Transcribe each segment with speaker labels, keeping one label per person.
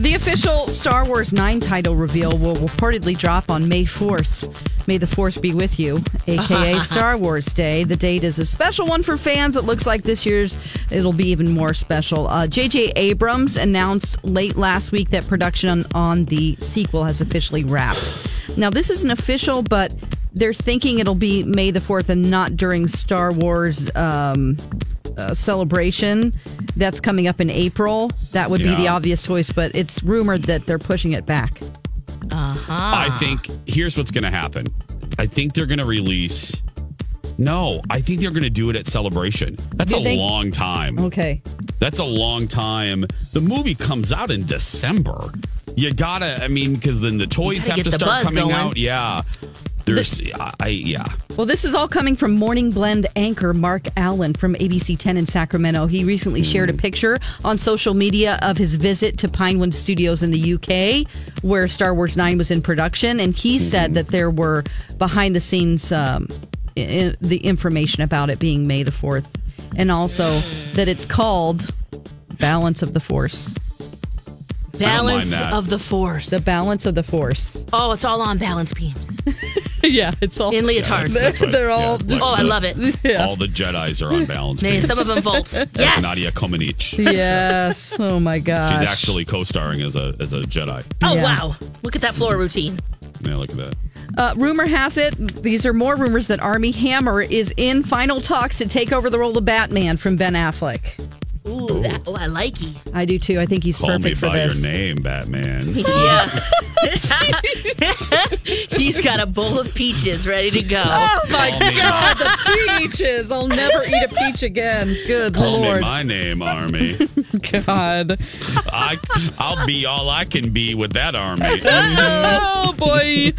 Speaker 1: The official Star Wars 9 title reveal will reportedly drop on May 4th. May the 4th be with you, aka Star Wars Day. The date is a special one for fans. It looks like this year's it'll be even more special. Uh, J.J. Abrams announced late last week that production on, on the sequel has officially wrapped. Now, this isn't official, but they're thinking it'll be May the 4th and not during Star Wars. Um, uh, celebration that's coming up in April. That would be the
Speaker 2: Yeah.
Speaker 1: obvious choice, but it's rumored that they're pushing it back. Ah.
Speaker 2: I think here's what's going to happen. I think they're going to release. No, I think they're going to do it at Celebration. That's
Speaker 1: You
Speaker 2: a
Speaker 1: think-
Speaker 2: long time.
Speaker 1: Okay.
Speaker 2: That's a long time. The movie comes out in December. You gotta, I mean, because then the toys
Speaker 3: gotta
Speaker 2: have
Speaker 3: get
Speaker 2: to
Speaker 3: the
Speaker 2: start
Speaker 3: buzz
Speaker 2: coming
Speaker 3: going.
Speaker 2: out. Yeah, there's, I, I, yeah.
Speaker 1: Well, this is all coming from Morning Blend anchor Mark Allen from ABC 10 in Sacramento. He recently shared a
Speaker 2: Mm.
Speaker 1: picture on social media of his visit to Pinewood Studios in the UK, where Star Wars 9 was in production. And he
Speaker 2: Mm-hmm.
Speaker 1: said that there were behind the scenes um, i- i- the information about it being May the 4th, and also that it's called Balance of the Force.
Speaker 3: Balance
Speaker 2: Balance that.
Speaker 3: of the force.
Speaker 1: The Balance of the Force.
Speaker 3: oh, it's all on balance beams
Speaker 1: yeah, it's
Speaker 4: Oh,
Speaker 1: all.
Speaker 3: in leotards.
Speaker 2: That's what-
Speaker 1: They're all
Speaker 2: like
Speaker 3: oh, I
Speaker 2: the-
Speaker 3: love it.
Speaker 2: All the Jedi's are on balance.
Speaker 3: Nay,
Speaker 2: beams.
Speaker 3: some of them volt. Yes.
Speaker 2: Nadia Comaneci.
Speaker 1: yes. Oh my gosh.
Speaker 2: She's actually co-starring as a as a Jedi.
Speaker 3: Oh
Speaker 1: Yeah.
Speaker 3: wow! Look at that floor routine.
Speaker 2: Yeah, look at that.
Speaker 1: Uh, rumor has it, these are more rumors that Army Hammer is in final talks to take over the role of Batman from Ben Affleck.
Speaker 3: Ooh, that, oh, I like you.
Speaker 1: I do too. I think he's
Speaker 2: Call me
Speaker 1: perfect for
Speaker 2: by
Speaker 1: this.
Speaker 2: your name, Batman.
Speaker 3: Yeah. He's got a bowl of peaches ready to go.
Speaker 1: Oh my
Speaker 2: Call me-
Speaker 1: God, the peaches! I'll never eat a peach again. Good
Speaker 2: Call me
Speaker 1: lord,
Speaker 2: my name, Army.
Speaker 1: God!
Speaker 2: I, I'll be all I can be with that army.
Speaker 1: Oh boy.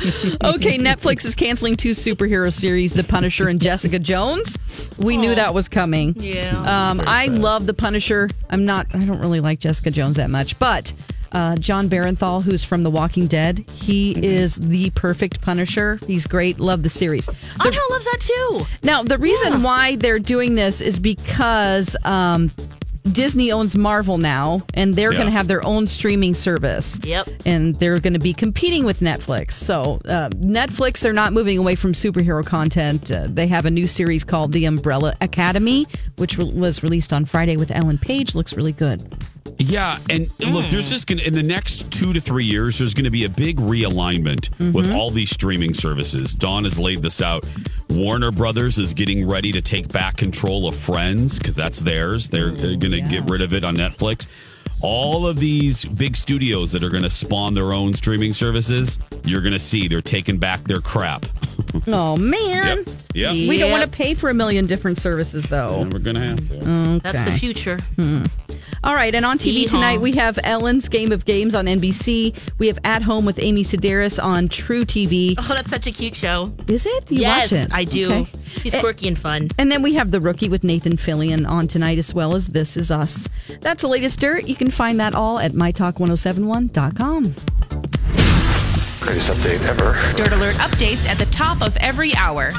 Speaker 1: Okay, Netflix is canceling two superhero series, The Punisher and Jessica Jones. We knew that was coming.
Speaker 3: Yeah.
Speaker 1: Um, I love The Punisher. I'm not. I don't really like Jessica Jones that much, but. Uh, John Barenthal, who's from The Walking Dead, he is the perfect Punisher. He's great. Love the series.
Speaker 4: Oh,
Speaker 3: Angel loves that too.
Speaker 1: Now, the reason why they're doing this is because um, Disney owns Marvel now, and they're
Speaker 2: Yeah.
Speaker 1: going to have their own streaming service.
Speaker 3: Yep.
Speaker 1: And they're going to be competing with Netflix. So, uh, Netflix, they're not moving away from superhero content. Uh, they have a new series called The Umbrella Academy, which re- was released on Friday with Ellen Page. Looks really good.
Speaker 2: Yeah, and look, there's just gonna in the next two to three years, there's gonna be a big realignment with all these streaming services. Dawn has laid this out. Warner Brothers is getting ready to take back control of Friends because that's theirs. They're uh, gonna get rid of it on Netflix. All of these big studios that are gonna spawn their own streaming services, you're gonna see they're taking back their crap.
Speaker 1: Oh, man.
Speaker 2: Yep. Yep.
Speaker 1: We don't want
Speaker 3: Yep.
Speaker 1: to pay for a million different services, though.
Speaker 2: And we're gonna have to.
Speaker 3: That's the future.
Speaker 1: All right, and on TV
Speaker 3: Yeehaw.
Speaker 1: tonight we have Ellen's Game of Games on NBC. We have At Home with Amy Sedaris on True TV.
Speaker 3: Oh, that's such a cute show.
Speaker 1: Is it? You
Speaker 3: yes,
Speaker 1: watch it?
Speaker 3: I do.
Speaker 1: Okay.
Speaker 3: He's
Speaker 1: Eh,
Speaker 3: quirky and fun.
Speaker 1: And then we have The Rookie with Nathan Fillion on tonight, as well as This Is Us. That's the oh latest dirt. You can find that all at mytalk1071.com.
Speaker 5: greatest update ever.
Speaker 4: Dirt Alert updates at the top of every hour.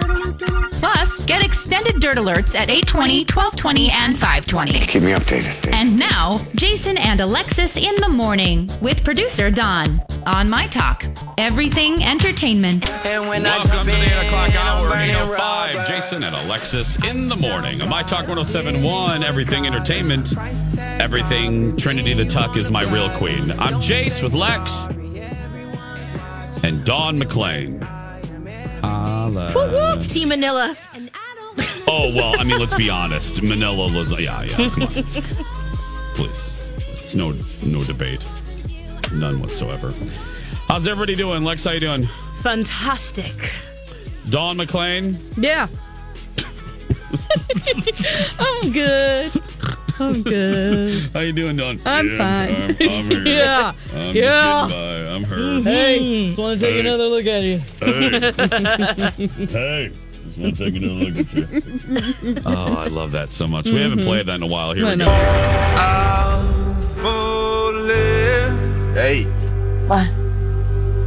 Speaker 4: Plus, get extended Dirt Alerts at 820, 1220, and 520.
Speaker 5: Keep me updated. Dave.
Speaker 4: And now, Jason and Alexis in the morning with producer Don on My Talk. Everything entertainment.
Speaker 6: And when
Speaker 2: Welcome to the 8 o'clock hour,
Speaker 6: I'm burning
Speaker 2: 805.
Speaker 6: rubber.
Speaker 2: Jason and Alexis in the morning on My Talk 1071, Everything Entertainment. Everything Trinity the Tuck is my real queen. I'm Jace with Lex and Dawn McClain.
Speaker 1: Eh.
Speaker 3: Whoop, Team Manila.
Speaker 2: Oh, well, I mean, let's be honest. Manila was, yeah, yeah, come on. Please. It's no, no debate. None whatsoever. How's everybody doing? Lex, how you doing?
Speaker 3: Fantastic.
Speaker 2: Dawn McClain?
Speaker 1: Yeah. I'm good. I'm good.
Speaker 2: How you doing, Dawn?
Speaker 1: I'm fine.
Speaker 2: I'm, I'm here.
Speaker 1: Yeah.
Speaker 2: I'm
Speaker 1: Yeah.
Speaker 2: Just getting by. I'm her.
Speaker 3: Mm-hmm. Mm.
Speaker 1: Hey, just want to take another look at you.
Speaker 2: Hey, just want to take another look at you. oh, I love that so much. We
Speaker 3: Mm-hmm.
Speaker 2: haven't played that in a while. Here we go.
Speaker 7: Hey. What?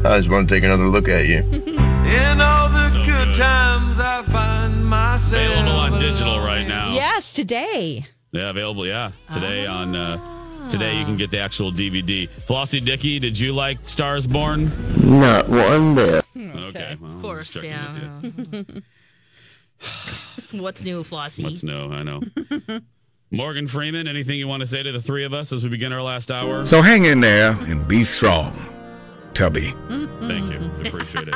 Speaker 7: I just want to take another look at you.
Speaker 2: So good.
Speaker 6: Times I find myself.
Speaker 2: Available on digital right now.
Speaker 1: Yes, today.
Speaker 2: Yeah, available. Yeah, today
Speaker 3: Ah.
Speaker 2: on. Uh, today you can get the actual DVD. Flossie Dickey, did you like Stars Born?
Speaker 7: Not one bit.
Speaker 2: Okay, well,
Speaker 3: Of course,
Speaker 2: just checking with
Speaker 3: yeah. What's new, Flossie?
Speaker 2: you. Let's know. I know. Morgan Freeman, anything you want to say to the three of us as we begin our last hour?
Speaker 7: So hang in there and be strong, Tubby.
Speaker 2: Thank you. Mm-hmm. Appreciate it.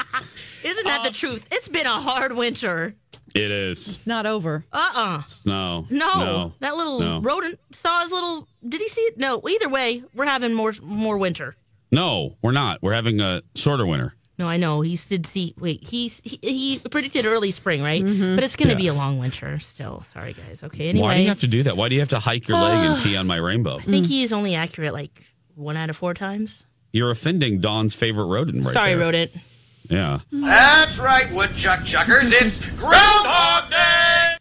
Speaker 3: Isn't that
Speaker 1: Uh.
Speaker 3: the truth? It's been a hard winter.
Speaker 2: It is.
Speaker 1: It's not over.
Speaker 3: Uh uh
Speaker 2: No.
Speaker 3: No. That little
Speaker 2: No.
Speaker 3: rodent saw his little. Did he see it? No. Either way, we're having more more winter.
Speaker 2: No, we're not. We're having a shorter winter.
Speaker 3: No, I know. He did see. Wait, he he, he predicted early spring, right?
Speaker 1: Mm-hmm.
Speaker 3: But it's going to be a long winter still. Sorry, guys. Okay. Anyway,
Speaker 2: Why do you have to do that? Why do you have to hike your leg and pee on my rainbow?
Speaker 3: I think he is only accurate like one out of four times.
Speaker 2: You're offending Don's favorite rodent right
Speaker 3: Sorry,
Speaker 2: there.
Speaker 3: rodent.
Speaker 2: Yeah.
Speaker 6: That's right, woodchuck chuckers. It's Groundhog Day.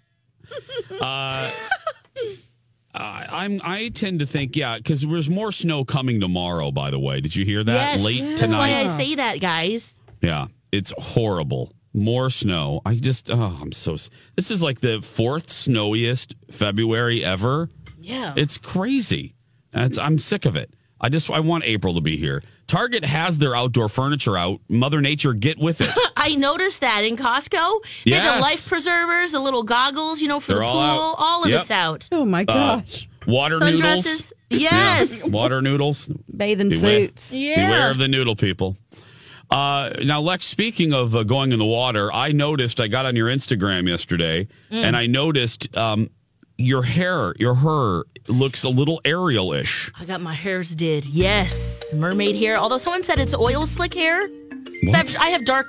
Speaker 2: I, I'm. I tend to think, yeah, because there's more snow coming tomorrow. By the way, did you hear that?
Speaker 3: yes.
Speaker 2: Late
Speaker 3: that's
Speaker 2: tonight.
Speaker 3: why I say that, guys.
Speaker 2: yeah, it's horrible. More snow. I just. Oh, I'm so. s- This is like the fourth snowiest February ever.
Speaker 3: Yeah.
Speaker 2: It's crazy. It's, I'm sick of it. I just. I want April to be here. Target has their outdoor furniture out. Mother Nature, get with it.
Speaker 3: I noticed that in Costco. They had
Speaker 2: Yes.
Speaker 3: the life preservers, the little goggles, you know, for
Speaker 2: They're
Speaker 3: the
Speaker 2: all
Speaker 3: pool.
Speaker 2: out.
Speaker 3: All of
Speaker 2: Yep.
Speaker 3: it's out.
Speaker 1: Oh my
Speaker 2: Uh,
Speaker 1: gosh.
Speaker 2: water noodles.
Speaker 3: Sundresses. Yes.
Speaker 2: Yeah, water noodles.
Speaker 1: Bathing
Speaker 2: Beware.
Speaker 1: suits.
Speaker 3: Yeah.
Speaker 2: Beware of the noodle people. Uh, now, Lex, speaking of uh, going in the water, I noticed I got on your Instagram yesterday
Speaker 3: Mm.
Speaker 2: and I noticed um, your hair, your hair looks a little aerial ish.
Speaker 3: I got my hairs did. Yes. Mermaid hair. Although someone said it's oil slick hair. So I, have, I have dark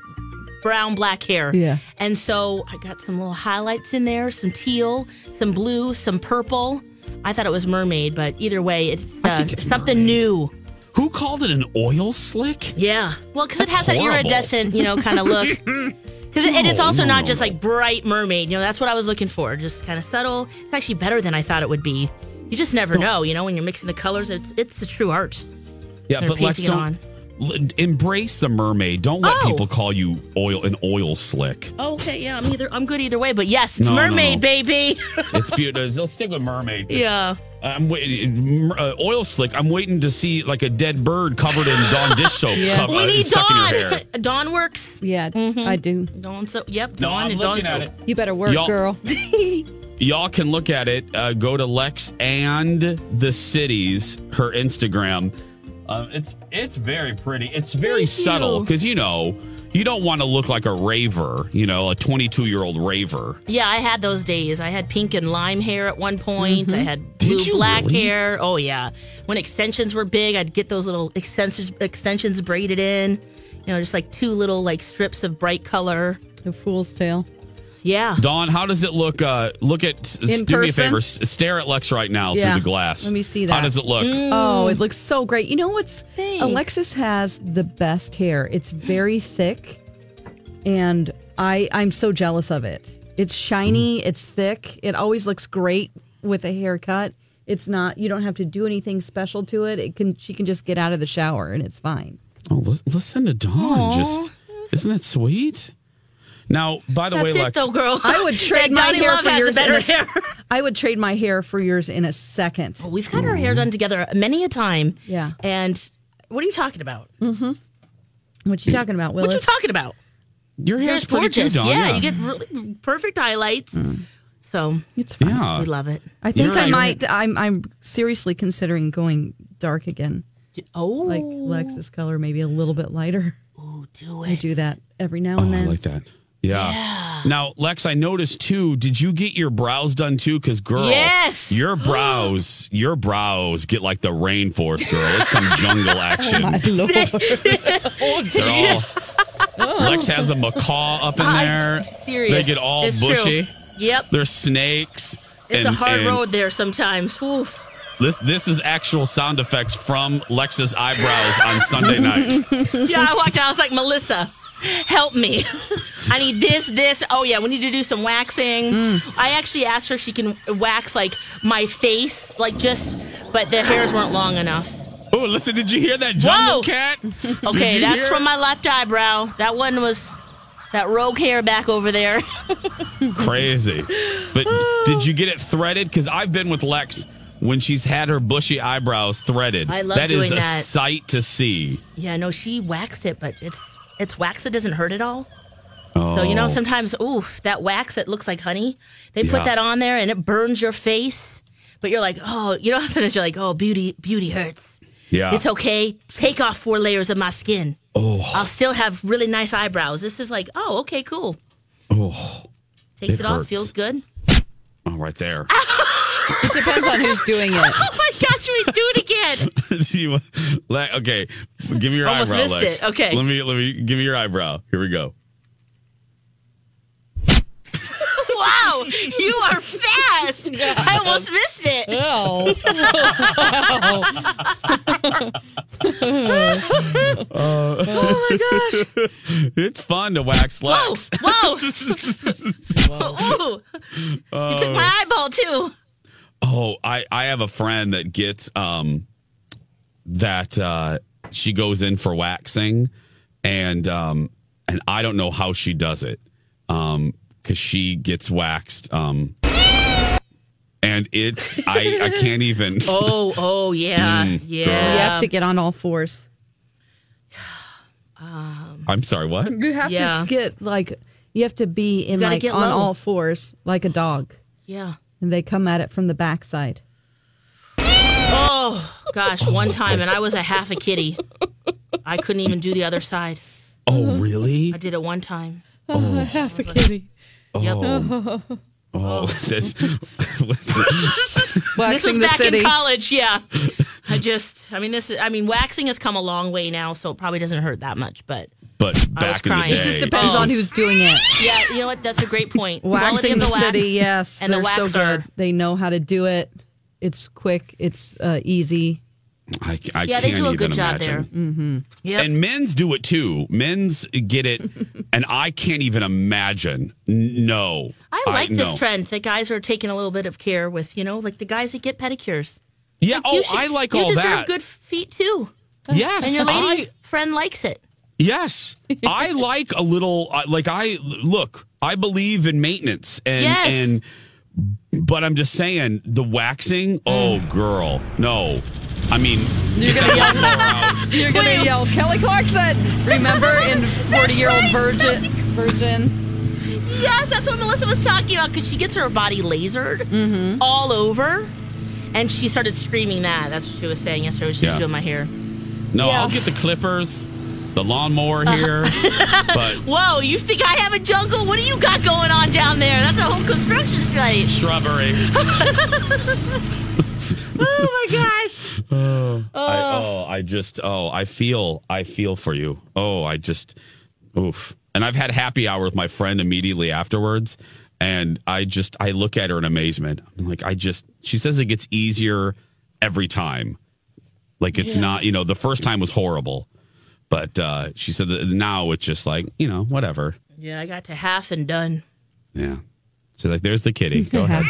Speaker 3: brown black hair.
Speaker 1: Yeah.
Speaker 3: And so I got some little highlights in there, some teal, some blue, some purple. I thought it was mermaid, but either way, it's, uh, something new.
Speaker 2: Who called it an oil slick?
Speaker 3: Yeah. Well, because it
Speaker 2: That's
Speaker 3: has
Speaker 2: horrible.
Speaker 3: that iridescent, you know, kind of look. Because and it's
Speaker 2: No,
Speaker 3: also
Speaker 2: no,
Speaker 3: not
Speaker 2: no,
Speaker 3: just
Speaker 2: no.
Speaker 3: like bright mermaid. You know, that's what I was looking for. Just kind of subtle. It's actually better than I thought it would be. You just never know, you know, when you're mixing the colors. It's it's the true art.
Speaker 2: Yeah,
Speaker 3: They're
Speaker 2: but Lex,
Speaker 3: painting it
Speaker 2: don't l- embrace the mermaid. Don't let
Speaker 3: Oh.
Speaker 2: people call you oil an oil slick.
Speaker 3: Oh, okay, yeah, I'm either I'm good either way, but yes, it's
Speaker 2: No, no,
Speaker 3: mermaid,
Speaker 2: no.
Speaker 3: baby.
Speaker 2: It's beautiful. Let's stick with mermaid.
Speaker 3: yeah.
Speaker 2: I'm waiting. Uh, oil slick. I'm waiting to see like a dead bird covered in Dawn dish soap.
Speaker 1: Yeah.
Speaker 2: cover-
Speaker 3: We
Speaker 2: uh,
Speaker 3: need
Speaker 2: stuck in your
Speaker 3: Dawn.
Speaker 2: hair.
Speaker 3: Dawn works.
Speaker 1: Yeah, I do.
Speaker 3: Dawn so yep,
Speaker 2: No,
Speaker 3: Dawn
Speaker 2: I'm
Speaker 3: and
Speaker 2: looking
Speaker 3: Dawn
Speaker 2: at
Speaker 3: soap.
Speaker 2: it.
Speaker 1: You better work,
Speaker 2: Y'all-
Speaker 1: girl.
Speaker 2: Y'all can look at it. Uh, go to Lex and the cities. Her Instagram. Um, it's it's very pretty. It's very subtle because you know you don't want to look like a raver. You know, a 22 year old raver.
Speaker 3: Yeah, I had those days. I had pink and lime hair at one point.
Speaker 1: Mm-hmm.
Speaker 3: I had
Speaker 2: Did
Speaker 3: blue
Speaker 2: you
Speaker 3: black
Speaker 2: really?
Speaker 3: hair. Oh yeah. When extensions were big, I'd get those little extensions extensions braided in. You know, just like two little like strips of bright color.
Speaker 1: The fool's tale.
Speaker 3: Yeah.
Speaker 2: Dawn, how does it look? Uh, look at. s-
Speaker 1: In
Speaker 2: do me a
Speaker 1: person?
Speaker 2: favor. s- Stare at Lex right now
Speaker 1: Yeah.
Speaker 2: through the glass.
Speaker 1: Let me see
Speaker 2: How
Speaker 1: that.
Speaker 2: does it look?
Speaker 8: Mm.
Speaker 1: Oh, it looks so great. You know what's Alexis has the best hair. It's very thick and I I'm so jealous of it. It's shiny, it's thick. It always looks great with a haircut. It's not you don't have to do anything special to it. It can she can just get out of the shower and it's fine.
Speaker 2: Oh, li- listen to Dawn. Just isn't that sweet? Now, by the
Speaker 3: That's
Speaker 2: way,
Speaker 3: it,
Speaker 2: Lex,
Speaker 3: though, girl.
Speaker 1: I would trade
Speaker 3: Hey,
Speaker 1: my
Speaker 3: Donnie
Speaker 1: hair
Speaker 3: Love
Speaker 1: for
Speaker 3: has
Speaker 1: yours.
Speaker 3: a better
Speaker 1: in a,
Speaker 3: hair.
Speaker 1: I would trade my hair for yours in a second.
Speaker 3: We've got our hair done together many a time.
Speaker 1: Yeah.
Speaker 3: And what are you talking about?
Speaker 1: What you talking about,
Speaker 3: What
Speaker 1: Willis?
Speaker 3: you talking about?
Speaker 2: your
Speaker 3: Hair's
Speaker 2: hair's pretty
Speaker 3: gorgeous.
Speaker 2: too, Dawn.
Speaker 3: yeah, you get really perfect highlights.
Speaker 1: Mm.
Speaker 3: So
Speaker 1: it's fine.
Speaker 2: yeah.
Speaker 3: we love it.
Speaker 1: I think
Speaker 2: You're
Speaker 1: I
Speaker 2: right.
Speaker 1: might. I'm, I'm seriously considering going dark again,
Speaker 3: Oh,
Speaker 1: like Lex's color, maybe a little bit lighter.
Speaker 3: do
Speaker 1: I
Speaker 3: it.
Speaker 1: do that every now
Speaker 2: Oh,
Speaker 1: and
Speaker 2: I
Speaker 1: then.
Speaker 2: like that. Yeah. Now, Lex, I noticed too. Did you get your brows done too? Because girl,
Speaker 3: Yes.
Speaker 2: your brows, your brows get like the rainforest, girl. It's some jungle action.
Speaker 3: Oh,
Speaker 2: They're all- Lex has a macaw up in
Speaker 3: I'm
Speaker 2: there.
Speaker 3: serious.
Speaker 2: They get all
Speaker 3: It's true.
Speaker 2: bushy.
Speaker 3: Yep.
Speaker 2: There's snakes.
Speaker 3: It's a
Speaker 2: and-
Speaker 3: hard
Speaker 2: and
Speaker 3: road there sometimes. Oof.
Speaker 2: This this is actual sound effects from Lex's eyebrows on Sunday night.
Speaker 3: Yeah, I walked out. I was like, Melissa, help me. I need this, this. Oh, yeah, we need to do some waxing.
Speaker 2: Mm.
Speaker 3: I actually asked her if she can wax, like, my face, like, just, but the hairs weren't long enough.
Speaker 2: Oh, listen! Did you hear that jungle
Speaker 3: Whoa.
Speaker 2: cat?
Speaker 3: Okay,
Speaker 2: you
Speaker 3: that's
Speaker 2: hear?
Speaker 3: from my left eyebrow. That one was that rogue hair back over there.
Speaker 2: crazy. But did you get it threaded? Because I've been with Lex when she's had her bushy eyebrows threaded.
Speaker 3: I love
Speaker 2: That is
Speaker 3: doing
Speaker 2: a
Speaker 3: that.
Speaker 2: sight to see.
Speaker 3: yeah, no, she waxed it, but it's it's wax that doesn't hurt at all. So you know sometimes, ooh, that wax that looks like honey. They
Speaker 2: Oh. Yeah.
Speaker 3: put that on there and it burns your face. But you're like, oh, you know, sometimes you're like, oh, beauty, beauty hurts.
Speaker 2: Yeah.
Speaker 3: It's okay. Take off four layers of my skin. Oh. I'll still have really nice eyebrows. This is like, oh, okay, cool. Oh. Takes
Speaker 2: It
Speaker 3: it, off,
Speaker 2: hurts.
Speaker 3: feels good.
Speaker 2: Oh, right there.
Speaker 3: Ah!
Speaker 1: It depends on who's doing it.
Speaker 3: Oh my gosh, we do it again.
Speaker 2: You- Le- okay, give me your
Speaker 3: Almost
Speaker 2: eyebrow,
Speaker 3: missed
Speaker 2: Lex.
Speaker 3: it. Okay.
Speaker 2: Let me let me give me your eyebrow. Here we go.
Speaker 3: Wow, you are fast. I almost missed it.
Speaker 1: Oh,
Speaker 3: Oh my gosh.
Speaker 2: It's fun to wax
Speaker 3: Whoa,
Speaker 2: Lex.
Speaker 3: whoa. Ooh. You took my eyeball too.
Speaker 2: Oh, I I have a friend that gets um that uh she goes in for waxing and um and I don't know how she does it. Um cuz she gets waxed um and it's I I can't even
Speaker 3: Oh, oh yeah.
Speaker 2: Mm,
Speaker 3: yeah.
Speaker 1: you have to get on all fours.
Speaker 2: I'm sorry, what?
Speaker 1: You have
Speaker 3: Yeah.
Speaker 1: to get like you have to be in
Speaker 3: gotta
Speaker 1: like
Speaker 3: get
Speaker 1: on
Speaker 3: low.
Speaker 1: all fours like a dog,
Speaker 3: yeah.
Speaker 1: and they come at it from the backside.
Speaker 3: Oh gosh, one time and I was a half a kitty. I couldn't even do the other side.
Speaker 2: Oh, really?
Speaker 3: I did it one time.
Speaker 1: Half a kitty.
Speaker 3: Yep.
Speaker 2: Oh, that's
Speaker 3: This was
Speaker 1: Waxing the
Speaker 3: back
Speaker 1: city.
Speaker 3: in college, yeah. I just I mean this is I mean waxing has come a long way now, so it probably doesn't hurt that much, but
Speaker 2: but
Speaker 3: I was
Speaker 2: back in the
Speaker 3: crying.
Speaker 2: day.
Speaker 3: It
Speaker 1: It just depends on who's doing it.
Speaker 3: Yeah, you know what? That's a great point. Oh. Quality
Speaker 1: Waxing
Speaker 3: of
Speaker 1: the,
Speaker 3: the wax
Speaker 1: city, yes,
Speaker 3: and the
Speaker 1: they're so
Speaker 3: waxer.
Speaker 1: good. They know how to do it. It's quick. It's uh, easy.
Speaker 2: I, I
Speaker 3: Yeah,
Speaker 2: can't
Speaker 3: they do a
Speaker 2: even
Speaker 3: good job
Speaker 2: imagine.
Speaker 3: there. Yep.
Speaker 2: And men's do it too. Men's get it, and I can't even imagine. N- No,
Speaker 3: I like this
Speaker 2: no.
Speaker 3: trend that guys are taking a little bit of care with, you know, like the guys that get pedicures.
Speaker 2: Yeah, oh,
Speaker 3: You should-
Speaker 2: I like
Speaker 3: you
Speaker 2: all
Speaker 3: deserve
Speaker 2: that.
Speaker 3: good feet too.
Speaker 2: yes,
Speaker 3: And your lady
Speaker 2: I,
Speaker 3: friend likes it.
Speaker 2: yes, I like a little. I- Like I look, I believe in maintenance, and
Speaker 3: Yes. Mm.
Speaker 2: and. But I'm just saying, the waxing. Oh, girl, no. I mean,
Speaker 1: You're gonna yell. You're gonna yell, Kelly Clarkson. Remember in Forty Year Old
Speaker 3: right,
Speaker 1: Virgin. Virgin.
Speaker 3: Yes, that's what Melissa was talking about because she gets her body lasered
Speaker 2: Mm-hmm.
Speaker 3: all over. And she started screaming that. That's what she was saying yesterday when she
Speaker 2: Yeah.
Speaker 3: was doing my hair.
Speaker 2: no,
Speaker 1: Yeah.
Speaker 2: I'll get the clippers, the lawnmower
Speaker 3: Uh-huh.
Speaker 2: here, but
Speaker 3: Whoa, you think I have a jungle? What do you got going on down there? That's a whole construction site.
Speaker 2: shrubbery.
Speaker 3: Oh my gosh.
Speaker 2: I, oh, I just, oh, I feel, I feel for you. Oh, I just, oof. And I've had happy hour with my friend immediately afterwards. And I just, I look at her in amazement. I'm like, I just, she says it gets easier every time. Like it's not, you know, the first time was horrible. But uh, she said that now it's just like, you know, whatever.
Speaker 3: Yeah, I got to half and done.
Speaker 2: Yeah. So like, there's the kitty. Go ahead.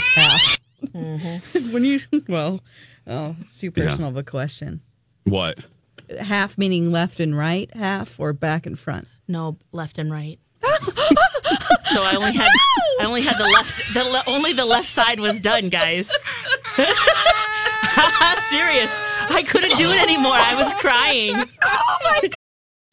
Speaker 3: Mm-hmm.
Speaker 1: when you well, oh, it's too
Speaker 2: Yeah.
Speaker 1: personal of a question.
Speaker 2: What?
Speaker 1: half meaning left and right half or back and front?
Speaker 3: No, left and right. so I only had I only had the left the le- only the left side was done, guys. Serious. I couldn't do it anymore. I was crying.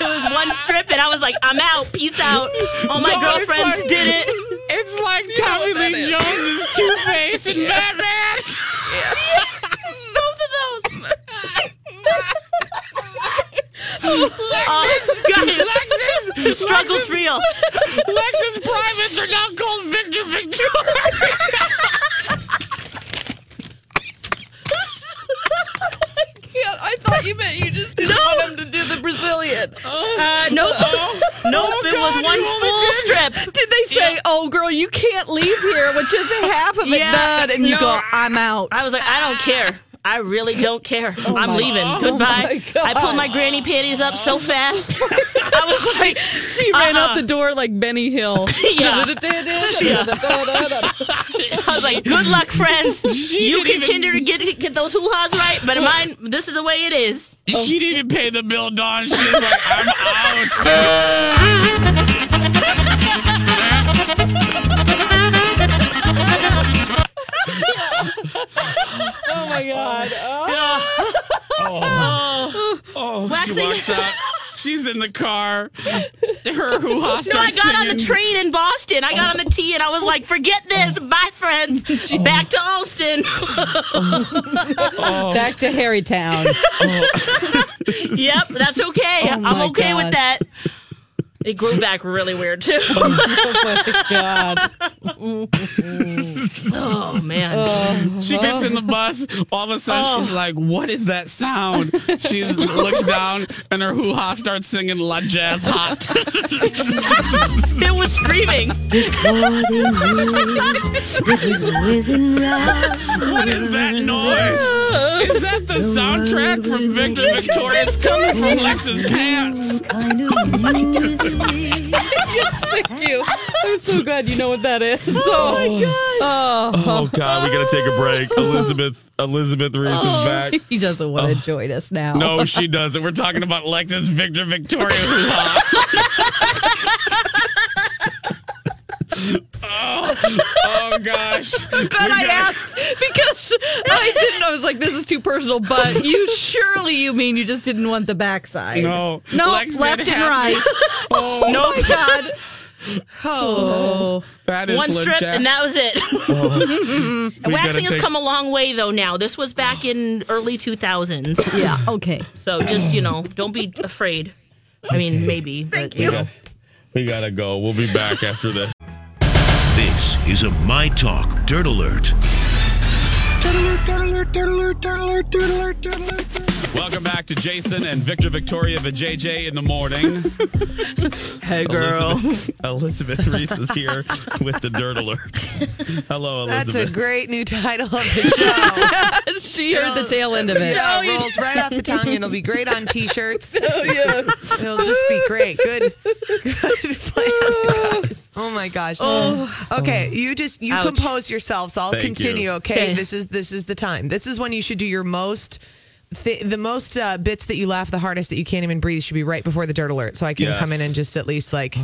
Speaker 3: It was one strip and I was like, I'm out. Peace out. All my girlfriends did it.
Speaker 9: It's like Tommy Lee Jones is Two Face and Batman.
Speaker 3: Oh, guys,
Speaker 9: Lexus,
Speaker 3: struggle's real.
Speaker 9: Lexus privates are now called Victor Victoria.
Speaker 1: Yeah, I thought you meant you just didn't want him to do the Brazilian.
Speaker 3: Uh, nope.
Speaker 1: Oh
Speaker 3: Nope. it was one full strip.
Speaker 1: Did they say, "Oh, girl, you can't leave here with just half of it
Speaker 3: Yeah.
Speaker 1: done," and you go, "I'm out"?
Speaker 3: I was like, I don't care. I really don't care. I'm leaving.
Speaker 1: Oh my
Speaker 3: Goodbye.
Speaker 1: God. Oh
Speaker 3: I pulled my granny panties up so fast. I was like,
Speaker 1: She ran out
Speaker 3: Uh-uh.
Speaker 1: the door like Benny Hill.
Speaker 3: Yeah. I was like, good luck, friends. You continue to get get those hoo ha's right, but mine, this is the way it is.
Speaker 9: She didn't even pay the bill, Dawn. She was like, I'm out.
Speaker 1: Oh my god!
Speaker 9: Oh,
Speaker 3: Waxing-
Speaker 9: she walks out. She's in the car. Her hoo ha
Speaker 3: No, I
Speaker 9: starts
Speaker 3: got on the
Speaker 9: singing.
Speaker 3: train in Boston. I got on the T and I was like, forget this. Bye, friends. Back to Alston.
Speaker 1: Back to Harrytown.
Speaker 3: yep, that's okay. I'm
Speaker 1: my
Speaker 3: okay
Speaker 1: God.
Speaker 3: with that. It grew back really weird, too.
Speaker 1: God.
Speaker 3: oh, man.
Speaker 9: She gets in the bus. All of a sudden, she's
Speaker 3: Oh.
Speaker 9: like, "What is that sound?" She looks down, and her hoo ha starts singing "La Jazz Hot."
Speaker 3: It was screaming.
Speaker 9: what is that noise? Is that the soundtrack from Victor Victoria? It's coming from Lex's pants.
Speaker 1: Thank you. I'm so glad you know what that is. Oh, my god!
Speaker 2: Oh God, we gotta take a break. Elizabeth, Elizabeth Reese
Speaker 9: Oh.
Speaker 2: is back.
Speaker 1: Oh. He doesn't want to join us now.
Speaker 2: No, she doesn't. We're talking about Lexus Victor Victoria hoo oh, oh gosh.
Speaker 1: But I asked because I didn't. I was like, "This is too personal." But you surely you mean you just didn't want the backside?
Speaker 9: No.
Speaker 1: no,
Speaker 9: Lex did
Speaker 1: left and
Speaker 9: have-
Speaker 1: right.
Speaker 9: Oh,
Speaker 1: Oh my god! Oh,
Speaker 9: that is
Speaker 3: One
Speaker 9: La
Speaker 3: strip,
Speaker 9: Jazz-
Speaker 3: and that was it.
Speaker 2: We gotta
Speaker 3: Waxing has
Speaker 2: take-
Speaker 3: come a long way, though, now. This was back in early 2000s.
Speaker 1: yeah. Okay.
Speaker 3: So just, you know, don't be afraid. I mean, maybe. but, you. know.
Speaker 2: We gotta go. We'll be back after this.
Speaker 10: This is a My Talk Dirt Alert.
Speaker 2: Welcome back to Jason and Victor Victoria VJJ in the morning.
Speaker 3: Hey,
Speaker 2: Elizabeth, Elizabeth Reese is here with the dirt alert. Hello,
Speaker 9: That's a
Speaker 2: Elizabeth.
Speaker 9: great new title of the show.
Speaker 1: she heard the tail end of it.
Speaker 9: Yeah, it rolls right off the tongue, and it'll be great on t-shirts. Oh yeah, it'll just be great. Good, good plan, guys. Oh my gosh. Oh. Okay, you just you
Speaker 3: Ouch.
Speaker 9: compose yourselves. I'll
Speaker 2: Thank
Speaker 9: continue.
Speaker 2: you.
Speaker 9: Okay?
Speaker 3: Okay.
Speaker 9: this is this is the time. This is when you should do your most th- the most uh, bits that you laugh the hardest that you can't even breathe should be right before the dirt alert, so I can
Speaker 8: Yes.
Speaker 9: come in and just at least like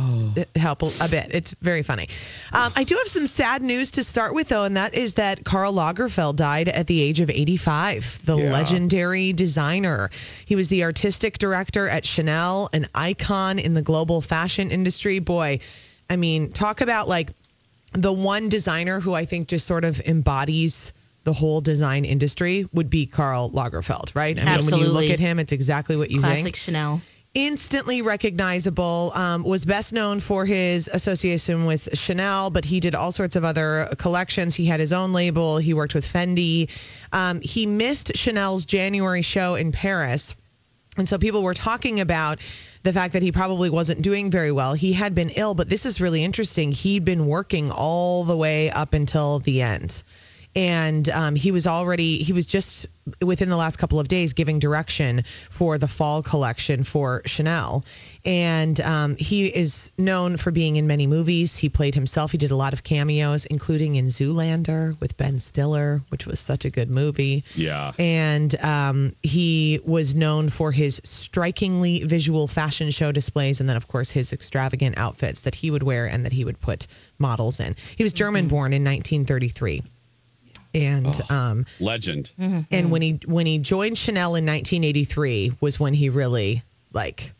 Speaker 9: help a bit. It's very funny. Um, I do have some sad news to start with, though, and that is that Karl Lagerfeld died at the age of 85. The
Speaker 11: Yeah.
Speaker 9: legendary designer. He was the artistic director at Chanel, an icon in the global fashion industry. Boy, I mean, talk about like the one designer who I think just sort of embodies the whole design industry would be Karl Lagerfeld, right? I mean, when you look
Speaker 3: Absolutely.
Speaker 9: at him, it's exactly what you
Speaker 3: Classic
Speaker 9: think.
Speaker 3: Chanel.
Speaker 9: Instantly recognizable, um, was best known for his association with Chanel, but he did all sorts of other collections. He had his own label, he worked with Fendi. Um, he missed Chanel's January show in Paris. And so people were talking about the fact that he probably wasn't doing very well. He had been ill, but this is really interesting. He'd been working all the way up until the end. And um, he was already, he was just within the last couple of days giving direction for the fall collection for Chanel. And um, he is known for being in many movies. He played himself. He did a lot of cameos, including in Zoolander with Ben Stiller, which was such a good movie.
Speaker 2: Yeah.
Speaker 9: And um, he was known for his strikingly visual fashion show displays and then, of course, his extravagant outfits that he would wear and that he would put models in. He was
Speaker 3: Mm-hmm.
Speaker 9: German born in 1933. And
Speaker 3: Oh.
Speaker 9: um,
Speaker 2: Legend.
Speaker 3: Mm-hmm.
Speaker 9: and when he when he joined Chanel in 1983 was when he really like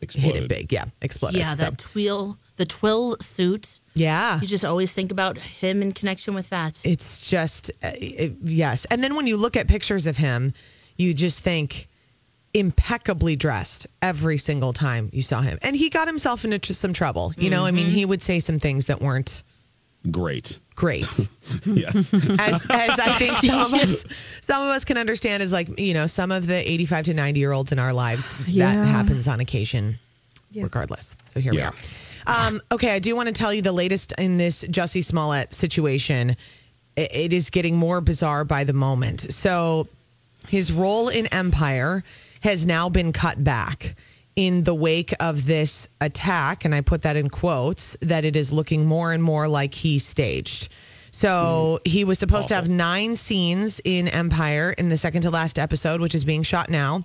Speaker 9: hit
Speaker 2: Exploded.
Speaker 9: it big. Yeah, exploded.
Speaker 3: yeah,
Speaker 9: So-
Speaker 3: that twill, the twill suit.
Speaker 9: Yeah.
Speaker 3: You just always think about him in connection with that.
Speaker 9: It's just, uh, it- yes. And then when you look at pictures of him, you just think impeccably dressed every single time you saw him. And he got himself into tr- some trouble. You know, I mean, he would say some things that weren't
Speaker 2: Great.
Speaker 9: great.
Speaker 2: yes.
Speaker 9: as as I think some of us some of us can understand is like you know some of the eighty five to ninety year olds in our lives
Speaker 8: Yeah.
Speaker 9: that happens on occasion, regardless. So here
Speaker 8: Yeah.
Speaker 9: we are. Um, okay, I do want to tell you the latest in this Jussie Smollett situation. I- It is getting more bizarre by the moment. So his role in Empire has now been cut back in the wake of this attack, and I put that in quotes, that it is looking more and more like he staged. So he was supposed to have nine scenes in Empire in the second to last episode, which is being shot now.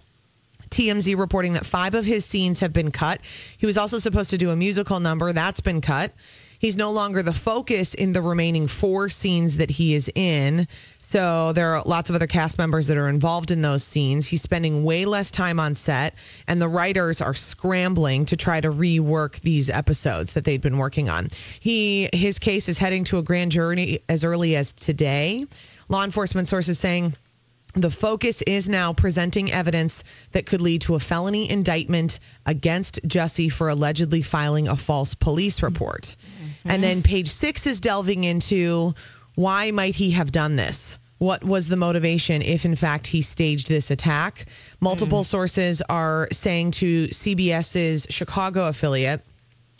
Speaker 9: TMZ reporting that five of his scenes have been cut. He was also supposed to do a musical number that's been cut. He's no longer the focus in the remaining four scenes that he is in. So there are lots of other cast members that are involved in those scenes. He's spending way less time on set, and the writers are scrambling to try to rework these episodes that they'd been working on. He his case is heading to a grand jury as early as today. Law enforcement sources saying the focus is now presenting evidence that could lead to a felony indictment against Jussie for allegedly filing a false police report. And then page six is delving into why might he have done this? What was the motivation if, in fact, he staged this attack? Multiple sources are saying to CBS's Chicago affiliate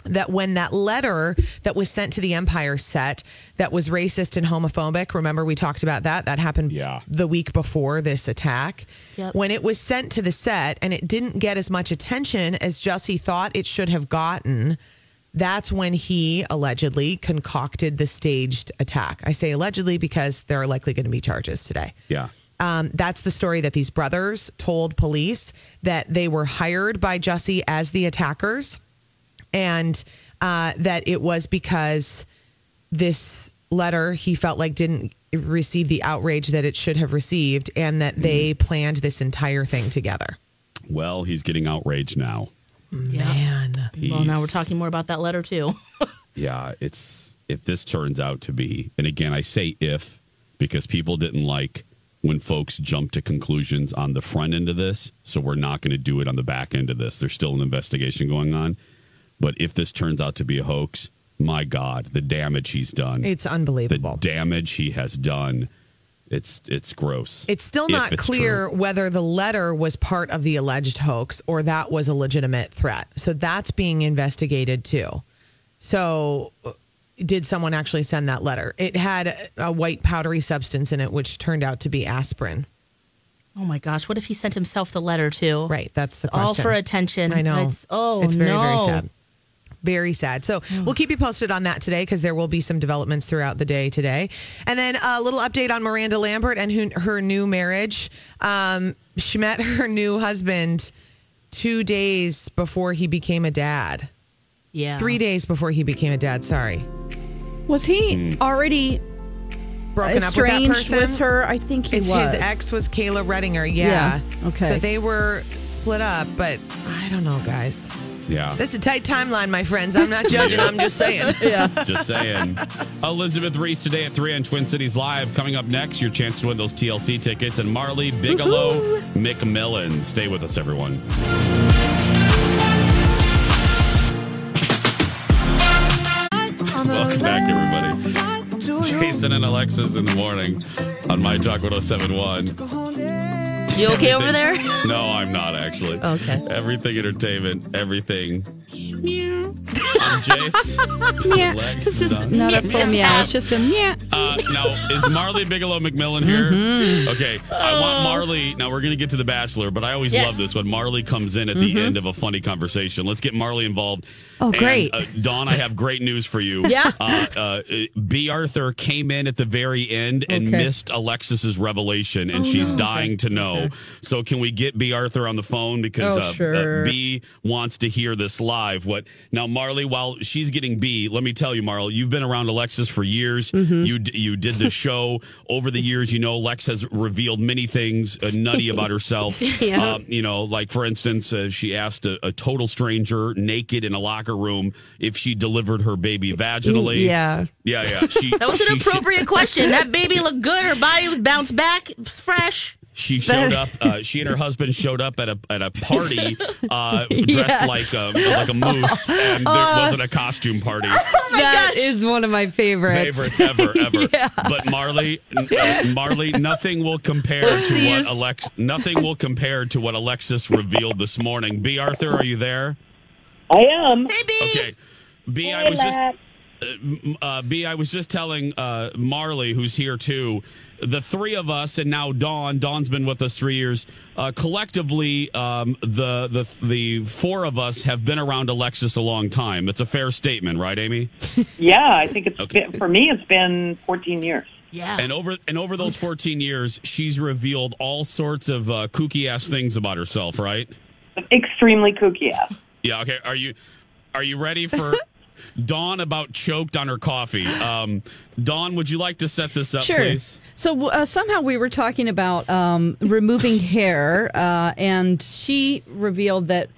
Speaker 9: that when that letter that was sent to the Empire set that was racist and homophobic, remember we talked about that? That happened the week before this attack.
Speaker 8: Yep.
Speaker 9: When it was sent to the set and it didn't get as much attention as Jussie thought it should have gotten, that's when he allegedly concocted the staged attack. I say allegedly because there are likely going to be charges today.
Speaker 2: Yeah.
Speaker 9: Um, that's the story that these brothers told police that they were hired by Jussie as the attackers, and uh, that it was because this letter he felt like didn't receive the outrage that it should have received, and that they planned this entire thing together.
Speaker 2: Well, he's getting outraged now.
Speaker 9: Man.
Speaker 3: Well, now we're talking more about that letter too.
Speaker 2: Yeah, it's if this turns out to be, and again, I say if because people didn't like when folks jump to conclusions on the front end of this, so we're not going to do it on the back end of this. There's still an investigation going on, but if this turns out to be a hoax, my God, the damage he's done,
Speaker 9: It's unbelievable.
Speaker 2: the damage he has done, it's it's gross.
Speaker 9: It's still
Speaker 2: If
Speaker 9: not
Speaker 2: it's
Speaker 9: clear
Speaker 2: true.
Speaker 9: whether the letter was part of the alleged hoax or that was a legitimate threat. So that's being investigated too. So, uh, did someone actually send that letter? It had a- a white powdery substance in it, which turned out to be aspirin.
Speaker 3: oh my gosh, what if he sent himself the letter too?
Speaker 9: Right, that's the
Speaker 3: all
Speaker 9: question.
Speaker 3: for attention.
Speaker 9: I know.
Speaker 3: It's, oh,
Speaker 9: it's very very
Speaker 3: no.
Speaker 9: sad. Hmm. Very sad. So we'll keep you posted on that today because there will be some developments throughout the day today. And then a little update on Miranda Lambert and who, her new marriage. Um, she met her new husband two days before he became a dad.
Speaker 3: Yeah.
Speaker 9: Three days before he became a dad. Sorry.
Speaker 1: Was he already
Speaker 9: Broken
Speaker 1: estranged
Speaker 9: up with, that person?
Speaker 1: with her? I think he
Speaker 9: it's
Speaker 1: was.
Speaker 9: his ex was Kayla Redinger. Yeah.
Speaker 1: Yeah, okay.
Speaker 9: So they were split up, but I don't know, guys.
Speaker 2: Yeah.
Speaker 9: This is a tight timeline, my friends. I'm not judging. I'm just saying. Yeah.
Speaker 2: Just saying. Elizabeth Reese today at 3 on Twin Cities Live. Coming up next, your chance to win those TLC tickets and Marley Bigelow McMillan. Stay with us, everyone. Welcome back, everybody. Jason and Alexis in the morning on My Talk 1071.
Speaker 3: You okay over there?
Speaker 2: Everything- No, I'm not actually.
Speaker 3: Okay.
Speaker 2: Everything entertainment, everything. I'm Jace.
Speaker 1: Yeah,
Speaker 2: Lex
Speaker 1: this
Speaker 2: is
Speaker 1: is
Speaker 2: on.
Speaker 1: not a full meow. It's just a meow.
Speaker 2: Uh, now, is Marley Bigelow McMillan here?
Speaker 1: Mm-hmm.
Speaker 2: Okay, I want Marley. Now, we're going to get to The Bachelor, but I always
Speaker 1: Oh. Yes. Mm-hmm.
Speaker 2: love this when Marley comes in at the end of a funny conversation. Let's get Marley involved.
Speaker 1: Oh,
Speaker 2: And,
Speaker 1: great.
Speaker 2: uh, Dawn, I have great news for you.
Speaker 1: Yeah.
Speaker 2: Uh, uh, B. Arthur came in at the very end and
Speaker 1: Okay. Oh,
Speaker 2: missed Alexis's revelation, and she's dying to know. So, can we get B. Arthur on the phone? Because
Speaker 1: Oh,
Speaker 2: uh, uh,
Speaker 1: sure.
Speaker 2: B wants to hear this live. What now, Marley? While she's getting B, let me tell you, Marley, you've been around Alexis for years. You d- you did the show over the years. You know, Lex has revealed many things uh, nutty about herself.
Speaker 8: Yeah.
Speaker 2: Um, you know, like for instance, uh, she asked a, a total stranger, naked in a locker room, if she delivered her baby vaginally.
Speaker 1: yeah.
Speaker 2: yeah, yeah. She
Speaker 3: That was an
Speaker 2: she-
Speaker 3: appropriate question. That baby looked good. Her body was bounced back, fresh.
Speaker 2: She showed up. Uh, she and her husband showed up at a at a party uh, dressed
Speaker 1: Yes.
Speaker 2: like a like a moose, and there
Speaker 1: Oh.
Speaker 2: wasn't a costume party.
Speaker 1: That is one of my favorites.
Speaker 2: Favorites ever, ever. But Marley, uh, Marley, nothing will compare to what
Speaker 1: Whoopsies.
Speaker 2: Alex. Nothing will compare to what Alexis revealed this morning. B. Arthur, are you there?
Speaker 11: I am.
Speaker 2: Okay. B, I
Speaker 11: Hey,
Speaker 2: was just.
Speaker 11: Lex.
Speaker 2: uh, m- Uh, B, I was just telling uh, Marley, who's here too, the three of us, and now Dawn. Dawn's been with us three years. Uh, collectively, um, the the the four of us have been around Alexis a long time. It's a fair statement, right, Amy?
Speaker 11: Yeah, I think it's been, for me. It's been 14 years.
Speaker 3: Yeah.
Speaker 2: And over and over those 14 years, she's revealed all sorts of uh, kooky ass things about herself, right?
Speaker 11: Extremely kooky ass.
Speaker 2: Yeah. Okay. Are you are you ready for Dawn about choked on her coffee? Um, Dawn, would you like to set this up,
Speaker 1: sure.
Speaker 2: please?
Speaker 1: So uh, somehow we were talking about um, removing hair, uh, and she revealed that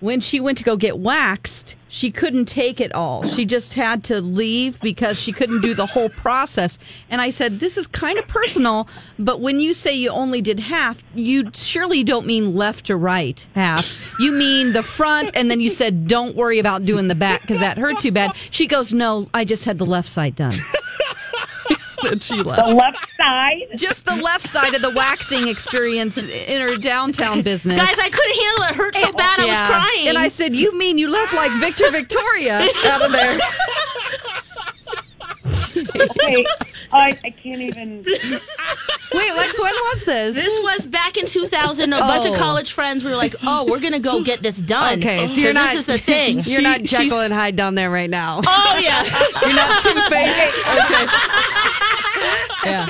Speaker 1: when she went to go get waxed, she couldn't take it all. She just had to leave because she couldn't do the whole process. And I said, "This is kind of personal, but when you say you only did half, you surely don't mean left to right half. You mean the front." And then you said, "Don't worry about doing the back because that hurt too bad." She goes, "No, I just had the left side done." that she left.
Speaker 11: The left side?
Speaker 1: Just the left side of the waxing experience in her downtown business.
Speaker 3: Guys, I couldn't handle it. It hurt so
Speaker 8: Eh,
Speaker 3: bad. I was crying.
Speaker 1: And I said, You mean you left like Victor Victoria out of there?
Speaker 11: Okay, I, I can't even.
Speaker 1: Wait, Lex, when was this?
Speaker 3: This was back in 2000. A bunch of
Speaker 1: Oh.
Speaker 3: college friends were like, "Oh, we're gonna go get this done."
Speaker 8: Okay, so
Speaker 3: 'Cause
Speaker 8: you're
Speaker 3: Oh. this
Speaker 8: not
Speaker 3: is the thing.
Speaker 8: You're not Jekyll and Hyde down there right now.
Speaker 3: Oh yeah,
Speaker 8: You're not Two-Face?
Speaker 1: Okay.
Speaker 8: Yeah.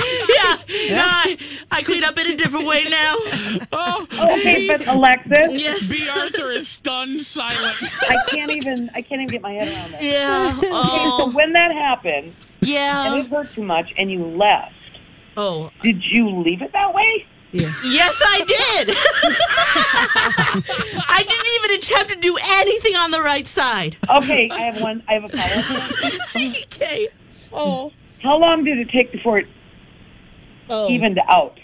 Speaker 3: yeah. No, I, I clean up in a different way now.
Speaker 2: Oh,
Speaker 11: Okay, but Alexis.
Speaker 3: Yes.
Speaker 2: B. Arthur is stunned silent.
Speaker 11: I can't even. I can't even get my head around that.
Speaker 3: Yeah,
Speaker 11: Okay,
Speaker 3: oh.
Speaker 11: so when that happened,
Speaker 3: yeah,
Speaker 11: and it hurt too much, and you left.
Speaker 3: Oh.
Speaker 11: Did you leave it that way?
Speaker 3: Yes, I did. I didn't even attempt to do anything on the right side.
Speaker 11: Okay, I have one. I have a follow-up.
Speaker 3: okay. Oh.
Speaker 11: How long did it take before it
Speaker 3: Oh.
Speaker 11: evened out?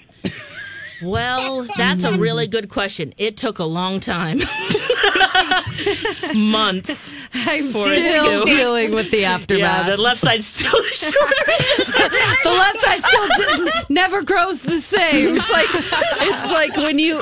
Speaker 3: Well, that's a really good question. It took a long time. Months.
Speaker 8: I'm
Speaker 3: for it
Speaker 8: still
Speaker 3: to-
Speaker 8: dealing with the aftermath.
Speaker 3: Yeah, the left side's still short.
Speaker 8: the left side still didn't- never grows the same.
Speaker 1: It's like it's like when you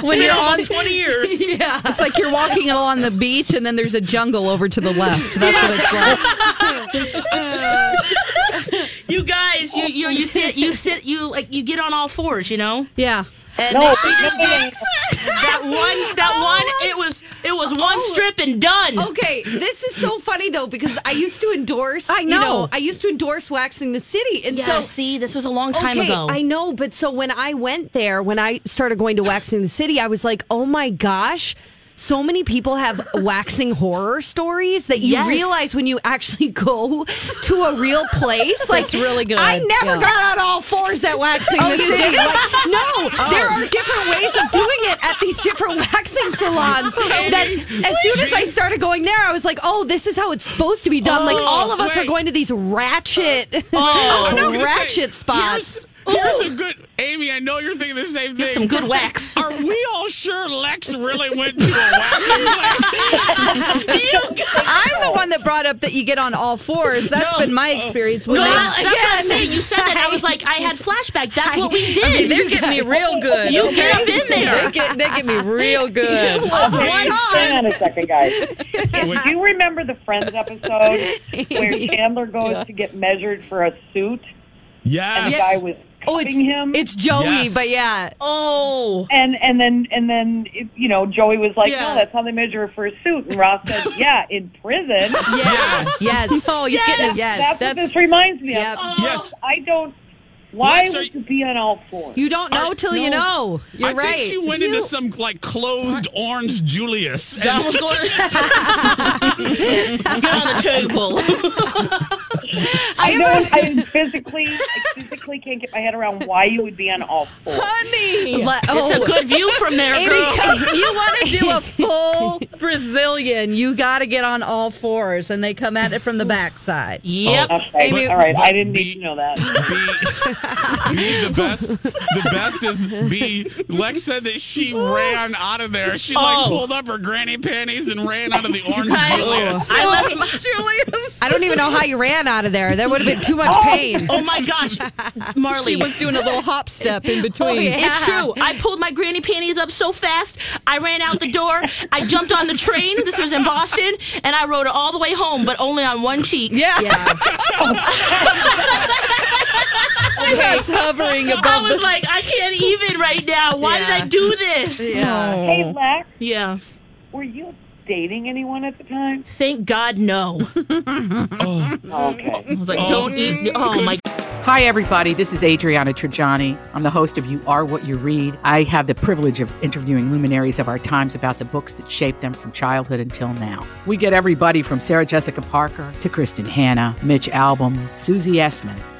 Speaker 1: when
Speaker 8: Been
Speaker 1: you're on
Speaker 8: almost
Speaker 1: 20
Speaker 3: years.
Speaker 8: Yeah.
Speaker 1: It's like you're walking along the beach and then there's a jungle over to the left. That's what it's like.
Speaker 3: you guys, you you you sit you sit you like you get on all fours, you know?
Speaker 1: Yeah.
Speaker 3: And
Speaker 1: No,
Speaker 3: she
Speaker 1: no,
Speaker 3: just
Speaker 1: no, no.
Speaker 3: takes that one that
Speaker 1: Oh,
Speaker 3: one it was it was one strip and done.
Speaker 8: Okay, this is so funny though because I used to endorse.
Speaker 3: I
Speaker 8: you
Speaker 3: know.
Speaker 8: I used to endorse waxing the city, and
Speaker 3: Yeah,
Speaker 8: so
Speaker 3: see, this was a long time
Speaker 8: okay,
Speaker 3: ago.
Speaker 8: I know, but so when I went there, when I started going to waxing the city, I was like, oh my gosh. So many people have waxing horror stories that you
Speaker 3: Yes.
Speaker 8: realize when you actually go to a real place. Like,
Speaker 3: That's really good.
Speaker 8: I never
Speaker 3: Yeah.
Speaker 8: got on all fours at waxing.
Speaker 3: Oh,
Speaker 8: the
Speaker 3: you
Speaker 8: city.
Speaker 3: didn't?
Speaker 8: Like, no,
Speaker 3: Oh.
Speaker 8: there are different ways of doing it at these different waxing salons. that as soon as I started going there, I was like, oh, this is how it's supposed to be done. like
Speaker 3: Oh,
Speaker 8: all of us are
Speaker 3: wait.
Speaker 8: going to these ratchet,
Speaker 3: Oh. I was gonna
Speaker 8: ratchet
Speaker 12: Here's,
Speaker 8: spots.
Speaker 12: here's a good Amy. I know you're thinking the same thing.
Speaker 3: some good wax.
Speaker 12: Are we all sure Lex really went to a waxing place?
Speaker 1: I'm the one that brought up that you get on all fours. That's
Speaker 3: No.
Speaker 1: been my experience.
Speaker 3: No,
Speaker 1: with it.
Speaker 3: I- that's what I'm saying. You said that. I was like, I had flashback. That's what we did.
Speaker 1: Okay, they're getting me real good.
Speaker 3: You
Speaker 1: okay?
Speaker 3: get in there.
Speaker 1: They get, they get me real good.
Speaker 3: It was one
Speaker 11: Hang
Speaker 3: time.
Speaker 11: on a second, guys. If you remember the Friends episode where Chandler goes to get measured for a suit, and the
Speaker 2: Yes.
Speaker 11: guy was
Speaker 8: Oh,
Speaker 11: cuffing him.
Speaker 8: It's Joey,
Speaker 2: Yes.
Speaker 8: but yeah.
Speaker 3: Oh,
Speaker 11: and and then and then you know Joey was like,
Speaker 8: Yeah.
Speaker 11: "No, that's how they measure a fursuit." And Ross said, "Yeah, in prison."
Speaker 8: Yes. Yes.
Speaker 1: Oh, he's getting his.
Speaker 11: That's,
Speaker 1: Yes.
Speaker 11: what
Speaker 1: That's
Speaker 11: this reminds me
Speaker 8: Yep.
Speaker 11: of. Oh,
Speaker 2: Yes.
Speaker 11: I don't. Why
Speaker 12: Lex, are
Speaker 11: would you be on all fours?
Speaker 8: You don't know till you know. You're
Speaker 12: I
Speaker 8: right.
Speaker 12: think she went into some like closed orange Julius. and-
Speaker 3: That was going Get on the table.
Speaker 11: I don't. I physically, I physically can't get my head around why you would be on all fours.
Speaker 1: funny.
Speaker 8: Let-
Speaker 3: It's a good view from there,
Speaker 1: Amy,
Speaker 3: girl.
Speaker 1: if you want to do a full Brazilian, you got to get on all fours, and they come at it from the backside.
Speaker 3: Yep.
Speaker 11: Okay,
Speaker 8: Amy-
Speaker 11: all right. I
Speaker 2: Oh. but
Speaker 11: didn't
Speaker 2: be-
Speaker 11: need to know that.
Speaker 2: be, be the best. The best is be.
Speaker 12: Lex said that she ran out of there. She
Speaker 3: Oh.
Speaker 12: like pulled up her granny panties and ran out of the orange
Speaker 3: Guys,
Speaker 12: Julius.
Speaker 3: I left my,
Speaker 8: I don't even know how you ran out of there. There would have been too much pain.
Speaker 3: Oh my gosh, Marley.
Speaker 1: She was doing a little hop step in between.
Speaker 8: Oh, yeah.
Speaker 3: It's true. I pulled my granny panties up so fast. I ran out the door. I jumped on the train. This was in Boston, and I rode it all the way home, but only on one cheek.
Speaker 1: Yeah. she was hovering above
Speaker 3: I was
Speaker 1: the-
Speaker 3: like, I can't even right now. Why did
Speaker 8: Yeah.
Speaker 3: I do this?
Speaker 1: Yeah.
Speaker 11: Hey, Lex,
Speaker 3: Yeah.
Speaker 11: were you dating anyone at the time?
Speaker 3: Thank God, no. Oh.
Speaker 11: Okay.
Speaker 3: I was like, don't eat. Oh my
Speaker 13: Hi, everybody. This is Adriana Trajani. I'm the host of You Are What You Read. I have the privilege of interviewing luminaries of our times about the books that shaped them from childhood until now. We get everybody from Sarah Jessica Parker to Kristen Hanna, Mitch Albom, Susie Essman,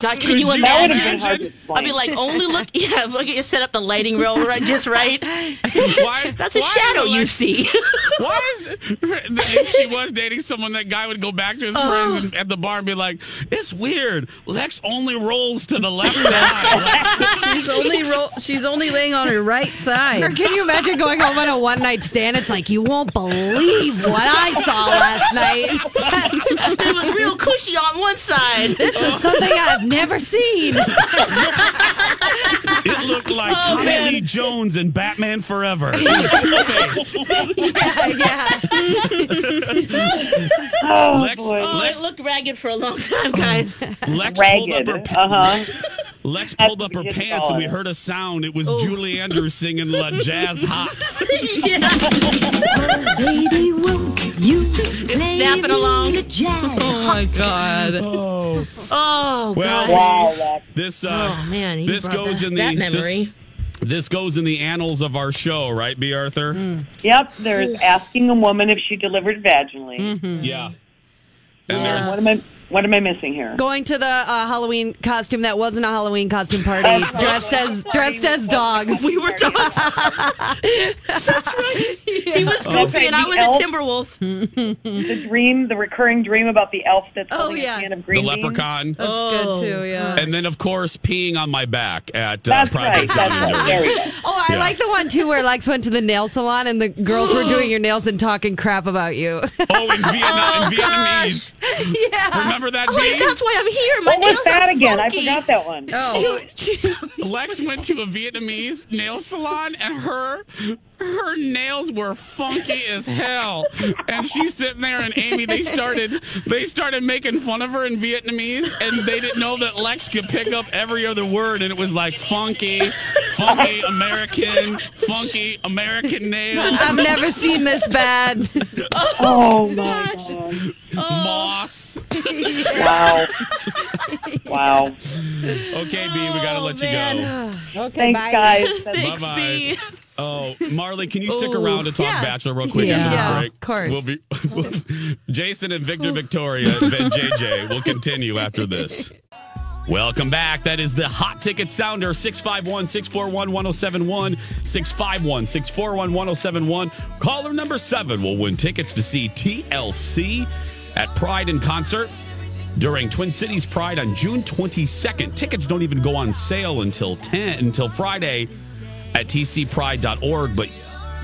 Speaker 3: God, can you
Speaker 12: Could you
Speaker 11: That would have been
Speaker 3: imagine?
Speaker 11: hard to explain.
Speaker 3: I'd be like, only look. Yeah, look at you set up the lighting real right, just right.
Speaker 12: Why-
Speaker 3: That's a
Speaker 12: why
Speaker 3: shadow
Speaker 12: is it
Speaker 3: you see.
Speaker 12: like- Why is if she was dating someone, that guy would go back to his
Speaker 3: Oh.
Speaker 12: friends and, at the bar and be like, "It's weird. Lex only rolls to the left side."
Speaker 1: she's only ro- she's only laying on her right
Speaker 8: Or
Speaker 1: side.
Speaker 8: can you imagine going home on a one night stand? It's like you won't believe what I saw last night.
Speaker 3: it was real cushy on one side.
Speaker 8: This was something I've never seen.
Speaker 12: it looked like
Speaker 3: Oh,
Speaker 12: Tommy Lee Jones in Batman Forever. It was Two-Face.
Speaker 8: Yeah, yeah.
Speaker 11: oh,
Speaker 12: Lex-
Speaker 11: boy.
Speaker 3: Oh, it looked ragged for a long time, guys.
Speaker 12: Lex pulled
Speaker 11: ragged.
Speaker 12: up her pa-
Speaker 11: Uh huh.
Speaker 12: Lex pulled up her
Speaker 11: what we just
Speaker 12: pants
Speaker 11: call
Speaker 12: and we
Speaker 11: it.
Speaker 12: heard a sound. It was Julie Andrews singing La Jazz Hot.
Speaker 3: yeah.
Speaker 14: Baby, won't you
Speaker 3: It's snapping along.
Speaker 1: Oh my god.
Speaker 12: Oh,
Speaker 3: Oh,
Speaker 12: Well,
Speaker 3: God.
Speaker 11: Wow, Lex.
Speaker 12: this uh,
Speaker 3: Oh, man. you
Speaker 12: this
Speaker 3: brought
Speaker 12: goes
Speaker 3: that,
Speaker 12: in the
Speaker 3: that
Speaker 12: this-
Speaker 3: memory.
Speaker 12: This, goes in the annals of our show, right, B. Arthur?
Speaker 11: Yep. There's asking a woman if she delivered vaginally.
Speaker 12: Yeah. And
Speaker 11: And
Speaker 12: there's
Speaker 11: What am I? What am I missing here?
Speaker 8: Going to the uh, Halloween costume that wasn't a Halloween costume party, dressed as dressed as dogs.
Speaker 3: we were dogs. That's right. He was goofy,
Speaker 11: Okay,
Speaker 3: Oh. and I
Speaker 11: the
Speaker 3: was
Speaker 11: elf-
Speaker 3: a Timberwolf.
Speaker 11: The dream, the recurring dream about the elf that's
Speaker 8: Oh,
Speaker 11: holding
Speaker 8: yeah.
Speaker 11: a can of
Speaker 12: the
Speaker 11: green beans.
Speaker 12: leprechaun.
Speaker 1: That's
Speaker 3: Oh.
Speaker 1: good too, yeah.
Speaker 12: And then, of course, peeing on my back at uh,
Speaker 11: That's right.
Speaker 12: Private
Speaker 11: That's
Speaker 12: Diamond.
Speaker 11: right. There we go.
Speaker 8: Oh, I
Speaker 12: Yeah.
Speaker 8: like the one too where Lex went to the nail salon and the girls were doing your nails and talking crap about you.
Speaker 12: Oh, in, Vietnam, in Vietnamese.
Speaker 8: yeah.
Speaker 12: Remember that,
Speaker 3: I'm like,
Speaker 12: B?
Speaker 3: that's why I'm here. My
Speaker 11: What
Speaker 3: nails
Speaker 11: was that
Speaker 3: are
Speaker 11: again? I
Speaker 3: funky.
Speaker 11: forgot that one.
Speaker 1: Oh.
Speaker 12: Lex went to a Vietnamese nail salon, and her her nails were funky as hell, and she's sitting there. And Amy, they started they started making fun of her in Vietnamese, and they didn't know that Lex could pick up every other word, and it was like funky, funky American, funky American nails.
Speaker 1: I've never seen this bad.
Speaker 11: Oh my god.
Speaker 12: Moss.
Speaker 11: Wow. Wow.
Speaker 2: Okay, B, we gotta let you go.
Speaker 11: Okay, Oh, Thanks,
Speaker 1: bye.
Speaker 11: guys.
Speaker 2: Bye bye. Oh, Marley, can you stick
Speaker 11: Ooh.
Speaker 2: around to talk
Speaker 11: Yeah.
Speaker 2: Bachelor real quick
Speaker 11: Yeah.
Speaker 2: after this
Speaker 11: Yeah,
Speaker 2: break?
Speaker 11: of course. Oh.
Speaker 2: We'll be Jason and Victor Victoria and JJ will continue after this. Welcome back. That is the hot ticket sounder 651 641 1071. 651 641 1071. Caller number seven will win tickets to see TLC at Pride in concert during Twin Cities Pride on June 22nd. Tickets don't even go on sale until 10 until Friday at tcpride.org, but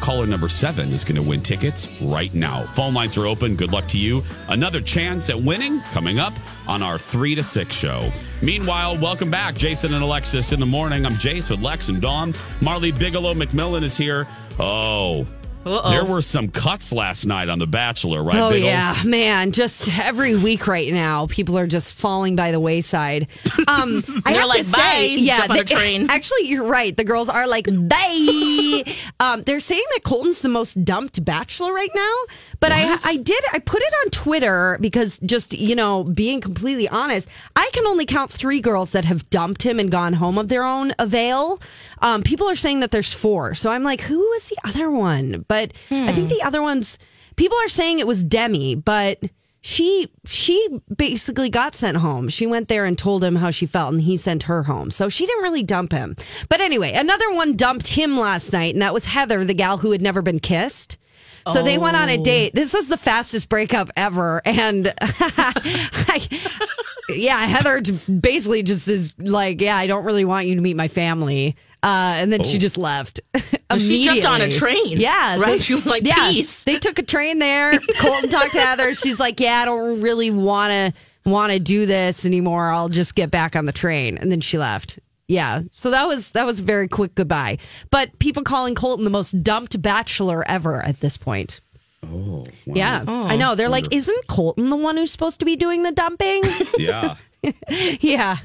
Speaker 2: caller number 7 is going to win tickets right now. Phone lines are open. Good luck to you. Another chance at winning coming up on our 3 to 6 show. Meanwhile, welcome back Jason and Alexis in the morning. I'm Jace with Lex and Dawn. Marley Bigelow McMillan is here. Oh.
Speaker 8: Uh-oh.
Speaker 2: There were some cuts last night on The Bachelor, right?
Speaker 8: oh
Speaker 2: Biggles?
Speaker 8: yeah, man! Just every week right now, people are just falling by the wayside. Um, I
Speaker 3: They're
Speaker 8: have
Speaker 3: like,
Speaker 8: to say,
Speaker 3: "Bye,"
Speaker 8: yeah,
Speaker 3: jump on a
Speaker 8: the-
Speaker 3: train.
Speaker 8: Actually, you're right. The girls are like, bye. um, they're saying that Colton's the most dumped bachelor right now. But I, I did, I put it on Twitter because just you know, being completely honest, I can only count three girls that have dumped him and gone home of their own avail. Um, people are saying that there's four, so I'm like, who is the other one? But I think the other one's people are saying it was Demi, but she she basically got sent home. She went there and told him how she felt and he sent her home. So she didn't really dump him. But anyway, another one dumped him last night and that was Heather, the gal who had never been kissed. So they went on a
Speaker 1: Oh.
Speaker 8: date. This was the fastest breakup ever and I, yeah, Heather j- basically just is like, yeah, I don't really want you to meet my family. Uh, and then she
Speaker 3: Oh.
Speaker 8: just left.
Speaker 3: She jumped on a
Speaker 8: Immediately.
Speaker 3: train,
Speaker 8: Yeah.
Speaker 3: right? She was like, "Peace."
Speaker 8: They took a train there. Colton talked to Heather. She's like, Yeah, I don't really wanna wanna do this anymore. I'll just get back on the train. And then she left. Yeah. So that was that was a very quick goodbye. But people calling Colton the most dumped bachelor ever at this point.
Speaker 2: Oh. wow.
Speaker 8: Yeah. I know. They're like, Isn't Colton the one who's supposed to be doing the dumping?
Speaker 2: Yeah.
Speaker 8: yeah.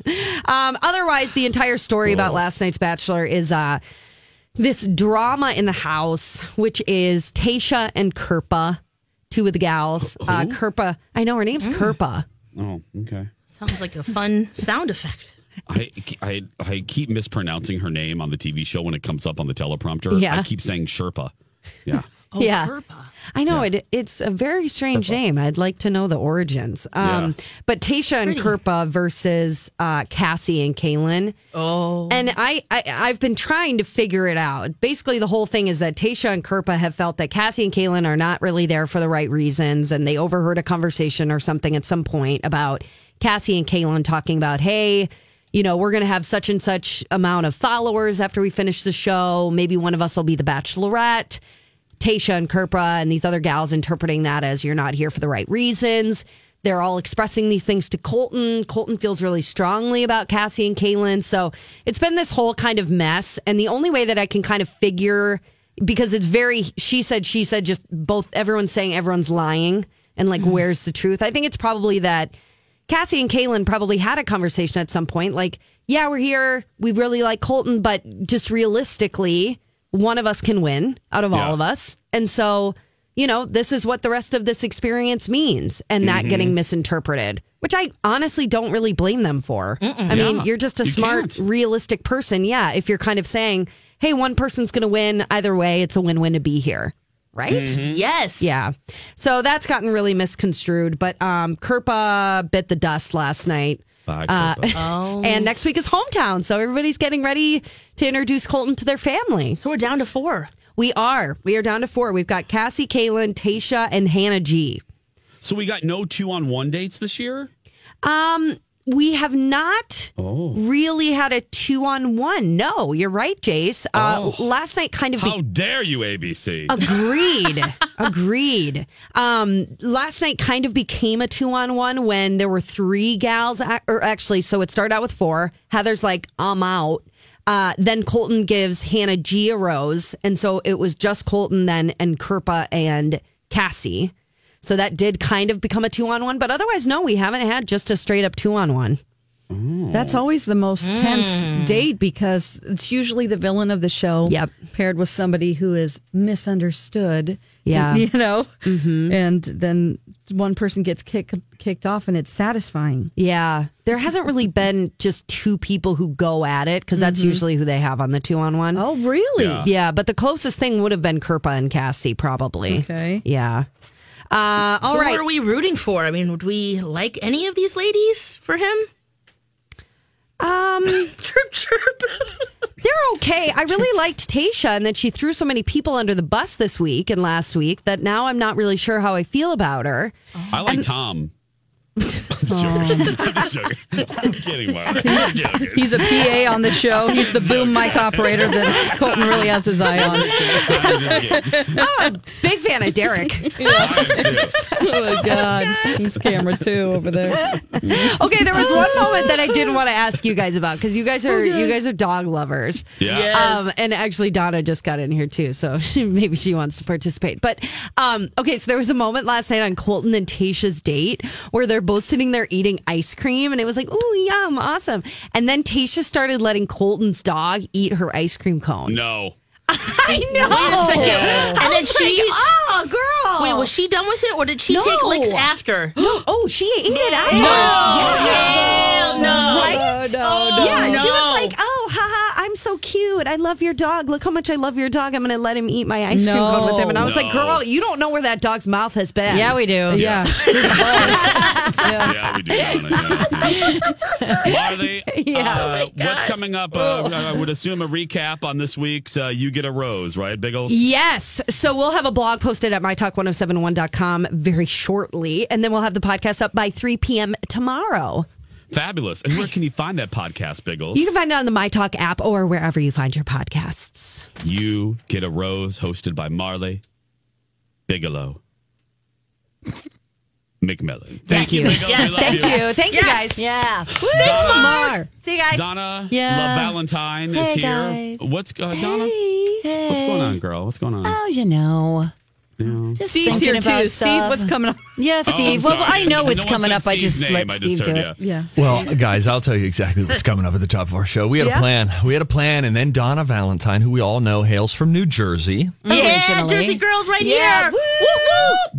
Speaker 8: Um, otherwise, the entire story about last night's Bachelor is uh, this drama in the house, which is Tasha and Kerpa, two of the gals. Uh, Kerpa, I know her name's Kerpa.
Speaker 2: Oh, okay.
Speaker 3: Sounds like a fun sound effect.
Speaker 2: I, I I keep mispronouncing her name on the TV show when it comes up on the teleprompter.
Speaker 8: Yeah.
Speaker 2: I keep saying Sherpa. Yeah.
Speaker 3: Oh,
Speaker 8: yeah.
Speaker 3: Kerpa.
Speaker 8: I know it. It's a very strange name. I'd like to know the origins. Um, But Tasha and Kerpa versus uh, Cassie and Kaylin.
Speaker 3: Oh.
Speaker 8: And I, I, I've been trying to figure it out. Basically, the whole thing is that Tasha and Kerpa have felt that Cassie and Kaylin are not really there for the right reasons, and they overheard a conversation or something at some point about Cassie and Kaylin talking about, hey, you know, we're going to have such and such amount of followers after we finish the show. Maybe one of us will be the Bachelorette. Tasha and Kerpa and these other gals interpreting that as you're not here for the right reasons. They're all expressing these things to Colton. Colton feels really strongly about Cassie and Kaylin. So it's been this whole kind of mess. And the only way that I can kind of figure, because it's very, she said, she said, just both, everyone's saying everyone's lying and like, where's the truth? I think it's probably that Cassie and Kaylin probably had a conversation at some point, like, yeah, we're here. We really like Colton, but just realistically, one of us can win out of all of us. And so, you know, this is what the rest of this experience means and that
Speaker 3: Mhm.
Speaker 8: getting misinterpreted, which I honestly don't really blame them for. I mean,
Speaker 3: Yeah.
Speaker 8: you're just a
Speaker 3: You
Speaker 8: smart, realistic person. Yeah. If you're kind of saying, hey, one person's going to win either way, it's a win win to be here. Right?
Speaker 3: Mhm.
Speaker 11: Mm.
Speaker 3: Yes.
Speaker 8: Yeah. So that's gotten really misconstrued. But um, Kerpa bit the dust last night.
Speaker 2: Bye,
Speaker 8: Uh,
Speaker 2: Kerpa.
Speaker 3: Oh.
Speaker 8: And next week is hometown. So everybody's getting ready to introduce Colton to their family. So
Speaker 3: we're down to four.
Speaker 8: We are. We are down to four. We've got Cassie, Kaylin, Tasha, and Hannah G.
Speaker 2: So we got no two on one dates this year?
Speaker 8: Um, we have not
Speaker 2: Oh.
Speaker 8: really had a two on one. No, you're right, Jace. Uh, Last night kind of be- Um,
Speaker 2: Oh. How dare you, ABC?
Speaker 8: Agreed. Agreed. Um, last night kind of became a two on one when there were three gals, a- or actually, so it started out with four. Heather's like, I'm out. Uh, then Colton gives Hannah G a rose. And so it was just Colton then and Kerpa and Cassie. So that did kind of become a two on one. But otherwise, no, we haven't had just a straight up two on one.
Speaker 1: That's always the most tense
Speaker 8: Mm.
Speaker 1: date because it's usually the villain of the show yep. paired with somebody who is misunderstood.
Speaker 8: Yeah.
Speaker 1: You know? And then one person gets kick, kicked off and it's satisfying.
Speaker 8: Yeah. There hasn't really been just two people who go at it because that's
Speaker 1: Mhm.
Speaker 8: usually who they have on the two on one.
Speaker 1: Oh, really?
Speaker 8: Yeah.
Speaker 1: Yeah.
Speaker 8: But the closest thing would have been Kerpa and Cassie, probably.
Speaker 1: Okay.
Speaker 8: Yeah. Uh, all
Speaker 3: Who
Speaker 8: right.
Speaker 3: are we rooting for? I mean, would we like any of these ladies for him?
Speaker 8: Um,
Speaker 3: chirp, chirp.
Speaker 8: They're okay. I really liked Tasha and that she threw so many people under the bus this week and last week that now I'm not really sure how I feel about her.
Speaker 2: I
Speaker 8: um,
Speaker 2: like Tom. I'm joking. I'm just joking. I'm kidding, Mark. I'm joking.
Speaker 1: He's a PA on the show. He's the boom mic operator that Colton really has his eye on.
Speaker 2: I'm just kidding.
Speaker 8: I'm a big fan of Derek.
Speaker 1: Oh, my God. He's camera two over there.
Speaker 8: okay, there was one moment that I did want to ask you guys about because you guys are you guys are dog lovers.
Speaker 14: Yeah. Yes.
Speaker 8: Um, and actually, Donna just got in here too, so she, maybe she wants to participate. But um, okay, so there was a moment last night on Colton and Tasha's date where they're both sitting there eating ice cream, and it was like, "Ooh, yum, awesome!" And then Tasha started letting Colton's dog eat her ice cream cone.
Speaker 2: No.
Speaker 8: I know.
Speaker 3: Wait a second.
Speaker 8: Yeah.
Speaker 3: And
Speaker 8: I
Speaker 3: then
Speaker 8: was
Speaker 3: she.
Speaker 8: like, "Oh, girl."
Speaker 3: Wait, was she done with it, or did she
Speaker 8: No.
Speaker 3: take licks after?
Speaker 8: No. Oh, she ate it afterwards.
Speaker 3: No.
Speaker 8: Yeah.
Speaker 3: Hell no.
Speaker 8: Right?
Speaker 3: No, no, no.
Speaker 8: Yeah, she was
Speaker 3: No.
Speaker 8: like, oh, haha, I'm so cute. I love your dog. Look how much I love your dog. I'm going to let him eat my ice cream
Speaker 1: No.
Speaker 8: cone with him. And I was
Speaker 1: No.
Speaker 8: like, girl, you don't know where that dog's mouth has been.
Speaker 1: Yeah, we do. Yeah.
Speaker 2: Yeah, we do. Donna, yeah. Marley,
Speaker 8: Oh
Speaker 2: uh, what's coming up? Uh, I would assume a recap on this week's uh, You Get a Rose, right, Big Ol?
Speaker 8: Yes. So we'll have a blog posted at mytalk1071.com very shortly. And then we'll have the podcast up by 3 p.m. tomorrow.
Speaker 2: Fabulous. And where can you find that podcast, Big Ol?
Speaker 8: You can find it on the MyTalk app or wherever you find your podcasts.
Speaker 2: You Get a Rose, hosted by Marley Bigelow McMillan. Thank you, Big Ol. We love
Speaker 8: Thank you. Thank you guys. Yeah. Thanks, Mar. See you guys.
Speaker 2: Donna
Speaker 8: Yeah.
Speaker 2: La Valentine is
Speaker 8: Hey,
Speaker 2: here.
Speaker 8: guys.
Speaker 2: What's uh, Donna? What's going on, girl? What's going on?
Speaker 15: Oh, you know.
Speaker 2: Yeah.
Speaker 15: Just
Speaker 1: Steve's
Speaker 15: thinking
Speaker 1: here,
Speaker 15: about
Speaker 1: too. Steve,
Speaker 15: stuff.
Speaker 1: what's coming up?
Speaker 15: Yeah,
Speaker 2: Oh, I'm
Speaker 15: Steve. well,
Speaker 2: sorry.
Speaker 15: I know
Speaker 2: No
Speaker 15: it's
Speaker 2: one
Speaker 15: coming
Speaker 2: said
Speaker 15: up. I just
Speaker 2: Steve's
Speaker 15: let
Speaker 2: name. I
Speaker 15: Steve
Speaker 2: just
Speaker 15: do
Speaker 2: heard,
Speaker 15: it.
Speaker 2: yeah.
Speaker 1: Yes.
Speaker 16: Well, guys, I'll tell you exactly what's coming up at the top of our show. We had
Speaker 15: Yeah.
Speaker 16: a plan. We had a plan, and then Donna Valentine, who we all know hails from New Jersey.
Speaker 3: Yeah, Jersey girls right here.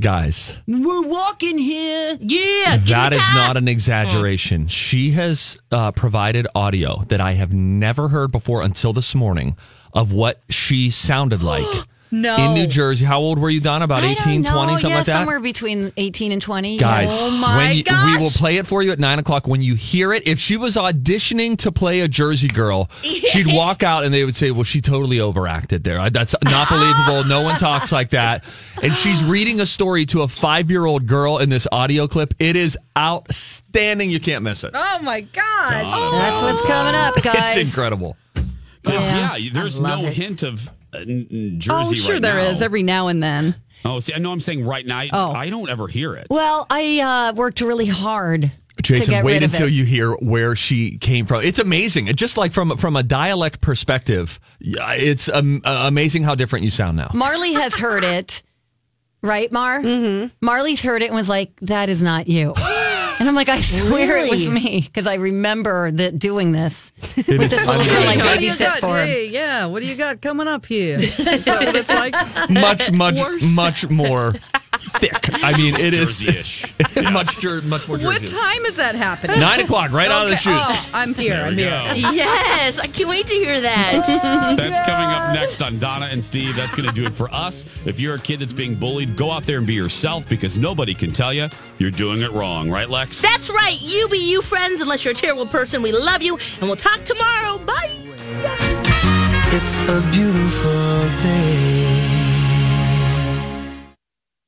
Speaker 16: Guys,
Speaker 3: We're walking here. Yeah. give
Speaker 16: that
Speaker 3: me
Speaker 16: is
Speaker 3: that.
Speaker 16: not an exaggeration. She has uh, provided audio that I have never heard before until this morning of what she sounded like.
Speaker 15: No.
Speaker 16: In
Speaker 1: Oh.
Speaker 16: New Jersey. How old were you, Donna? About
Speaker 15: I don't
Speaker 16: 18,
Speaker 15: know.
Speaker 16: 20, something
Speaker 15: yeah,
Speaker 16: like that?
Speaker 15: Somewhere between 18 and 20.
Speaker 16: Guys,
Speaker 15: Oh,
Speaker 16: when
Speaker 15: my
Speaker 16: you-
Speaker 15: gosh.
Speaker 16: we will play it for you at nine o'clock. When you hear it, if she was auditioning to play a Jersey girl, she'd walk out and they would say, "Well, she totally overacted there. I- That's not believable. No one talks like that." And she's reading a story to a five-year-old girl in this audio clip. It is outstanding. You can't miss it.
Speaker 1: Oh, my gosh.
Speaker 15: That's what's coming up, guys.
Speaker 16: Oh. It's incredible.
Speaker 2: 'Cause, Yeah, there's no hint of uh, n- n- Jersey
Speaker 1: oh, sure
Speaker 2: right
Speaker 1: there is
Speaker 2: now.
Speaker 1: every now and then.
Speaker 2: Oh, see, I know I'm saying right now. I,
Speaker 15: Oh.
Speaker 2: I don't ever hear it.
Speaker 15: Well, I uh, worked really hard. to
Speaker 16: Jason,
Speaker 15: get
Speaker 16: wait
Speaker 15: rid of
Speaker 16: until
Speaker 15: it.
Speaker 16: you hear where she came from. It's amazing. It just like from from a dialect perspective, yeah, it's um, uh, amazing how different you sound now.
Speaker 15: Marley has heard it, right, Mar? Mm-hmm. Marley's heard it and was like, "That is not you." And I'm like, I swear it was
Speaker 1: Really?
Speaker 15: me because I remember that doing this
Speaker 16: It
Speaker 15: with
Speaker 16: is
Speaker 15: this little girl I
Speaker 16: unbelievable.
Speaker 1: What do you
Speaker 15: babysit
Speaker 1: got?
Speaker 15: for.
Speaker 1: Hey, yeah. What do you got coming up here? Is that what it's like?
Speaker 16: much, much,
Speaker 1: Worse.
Speaker 16: much more thick. I mean, it is
Speaker 2: Jersey-ish.
Speaker 16: much, jer- much more
Speaker 1: What
Speaker 16: Jersey.
Speaker 1: time is that happening?
Speaker 16: Nine o'clock, right out of the
Speaker 1: Okay.
Speaker 16: chutes.
Speaker 1: Oh, I'm here.
Speaker 16: There we
Speaker 1: I'm here.
Speaker 16: go.
Speaker 3: Yes, I can't wait to hear that.
Speaker 2: That's coming up next on Donna and Steve. That's going to do it for us. If you're a kid that's being bullied, go out there and be yourself because nobody can tell you you're doing it wrong, right, Lex?
Speaker 3: That's right. You be you, friends. Unless you're a terrible person, we love you, and we'll talk tomorrow. Bye.
Speaker 14: It's a beautiful day.